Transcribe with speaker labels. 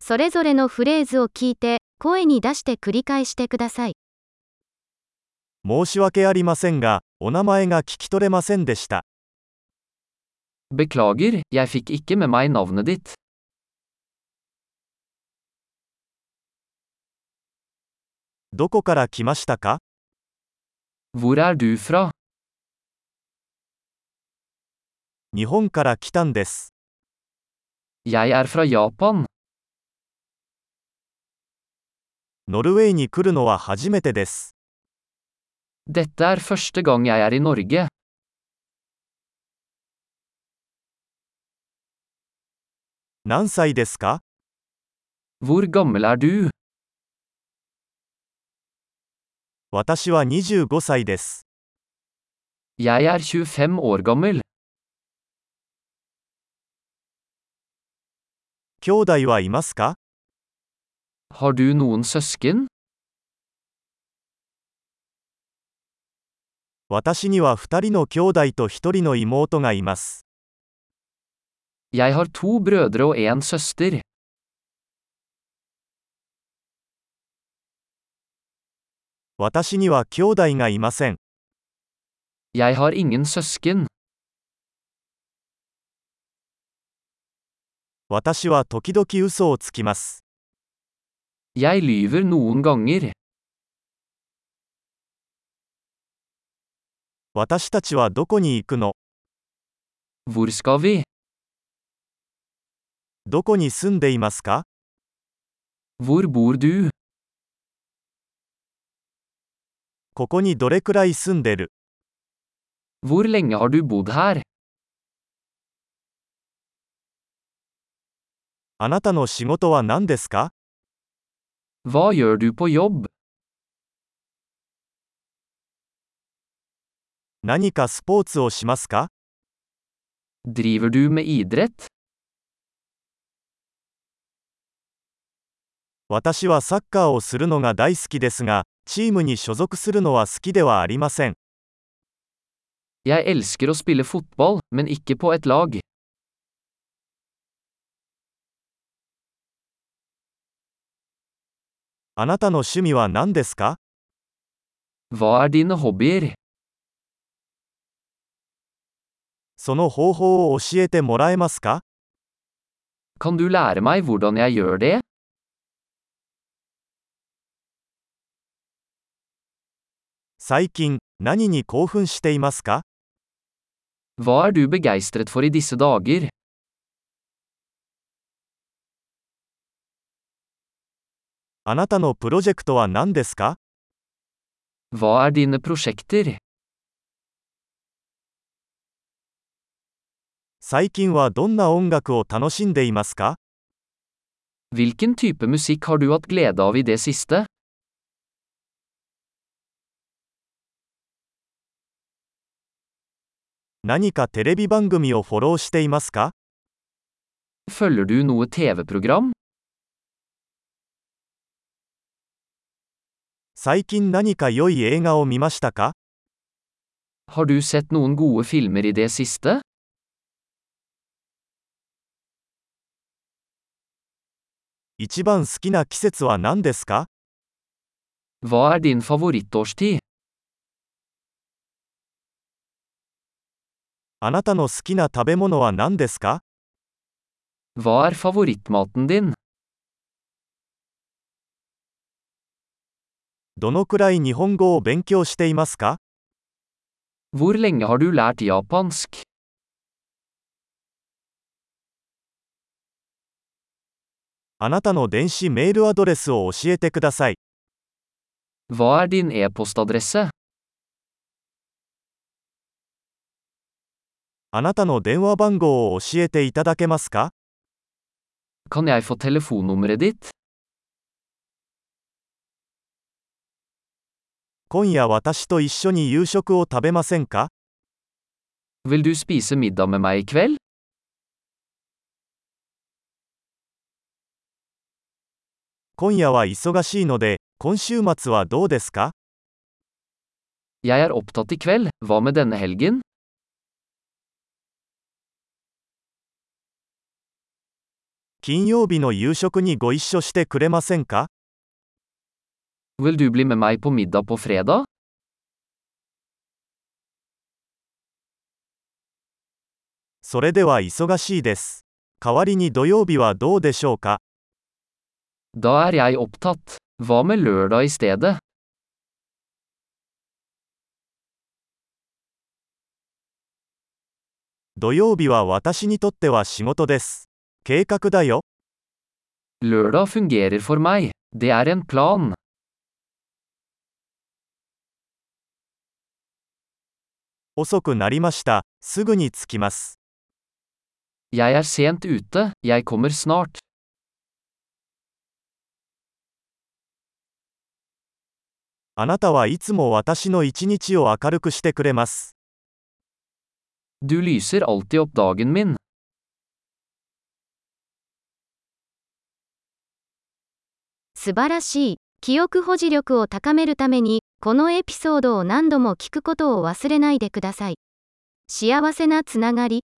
Speaker 1: それぞれのフレーズを聞いて、声に出して繰り返してください。
Speaker 2: 申し訳ありませんが、お名前が聞き取れませんでした。
Speaker 3: Beklager, jeg fikk ikke med meg navnet ditt.
Speaker 2: どこから来ましたか
Speaker 3: Hvor er du fra?
Speaker 2: 日本から来たんです。
Speaker 3: Jeg er fra Japan.
Speaker 2: ノルウェーに来るのは初めてです。
Speaker 3: Dette er første gang jeg er i Norge.
Speaker 2: 何歳ですか
Speaker 3: Hvor gammel er du?
Speaker 2: 私は25歳です。
Speaker 3: Jeg er 25 år gammel.
Speaker 2: 兄弟はいますか
Speaker 3: Har du noen søsken?
Speaker 2: 私には2人の兄弟と1人の妹がいます。
Speaker 3: Jeg har to brødre og en søster.
Speaker 2: 私には兄弟がいません。
Speaker 3: Jeg har ingen søsken.
Speaker 2: 私は時々嘘をつきます。
Speaker 3: Jeg lyver noen ganger.
Speaker 2: 私たちはどこに行くの
Speaker 3: Hvor skal vi?
Speaker 2: どこに住んでいますか
Speaker 3: Hvor bor du?
Speaker 2: ここにどれくらい住んでる
Speaker 3: Hvor lenge har du bodd her?
Speaker 2: あなたの仕事は何ですか
Speaker 3: Hva gjør du på jobb?
Speaker 2: 何かスポーツをしますか
Speaker 3: Driver du med idrett?
Speaker 2: 私はサッカーをするのが大好きですが、チームに所属するのは好きではありません。
Speaker 3: Jeg elsker å spille fotball, men ikke på et lag.
Speaker 2: あなたの趣味は何ですか
Speaker 3: Hva er dine hobbyer?
Speaker 2: その方法を教えてもらえますか
Speaker 3: Kan du lære meg hvordan jeg gjør det?
Speaker 2: 最近、何に興奮していますか
Speaker 3: Hva er du begeistret for i disse dager?
Speaker 2: あなたのプロジェクトは何ですか
Speaker 3: Hva er dine prosjekter?
Speaker 2: 最近はどんな音楽を楽しんでいますか
Speaker 3: Hvilken type musikk har du hatt glede av i det siste?
Speaker 2: 何かテレビ番組をフォローしていますか
Speaker 3: Følger du noe TV-program?
Speaker 2: 最近何か良い映画を見ましたか
Speaker 3: Har du sett noen gode filmer i det siste?
Speaker 2: 一番好きな季節は何ですか
Speaker 3: Hva er din favorittårstid?
Speaker 2: あなたの好きな食べ物は何ですか
Speaker 3: Hva er favorittmaten din?
Speaker 2: どのくらい日本語を勉強していますか
Speaker 3: Hvor lenge har du lært japansk?
Speaker 2: あなたの電子メールアドレスを教えてください。
Speaker 3: Hva er din e-postadresse?
Speaker 2: あなたの電話番号を教えていただけますか
Speaker 3: Kan jeg få telefonnummeret ditt?
Speaker 2: 今夜私と一緒に夕食を食べませんか
Speaker 3: Vil du spise middag med meg i kveld?
Speaker 2: 今夜は忙しいので、今週末はどうですか
Speaker 3: Jeg er opptatt i kveld, hva med denne helgen?
Speaker 2: 昨金曜日の夕食にご一緒してくれませんか
Speaker 3: Vil du bli med meg på middag på fredag?
Speaker 2: それでは忙しいです。代わりに土曜日はどうでしょうか
Speaker 3: Da er jeg opptatt. Hva med lørdag i stedet?
Speaker 2: 土曜日は私にとっては仕事です。計画だよ。
Speaker 3: Lørdag fungerer for meg. Det er en plan.
Speaker 2: 遅くなりました。すぐに着きます。
Speaker 3: Jeg er sent ute, jeg kommer snart.
Speaker 2: あなたはいつも私の一日を明るくしてくれます。
Speaker 3: Du lyser alltid opp dagen min.
Speaker 1: 素晴らしい。記憶保持力を高めるために、このエピソードを何度も聞くことを忘れないでください。幸せなつながり。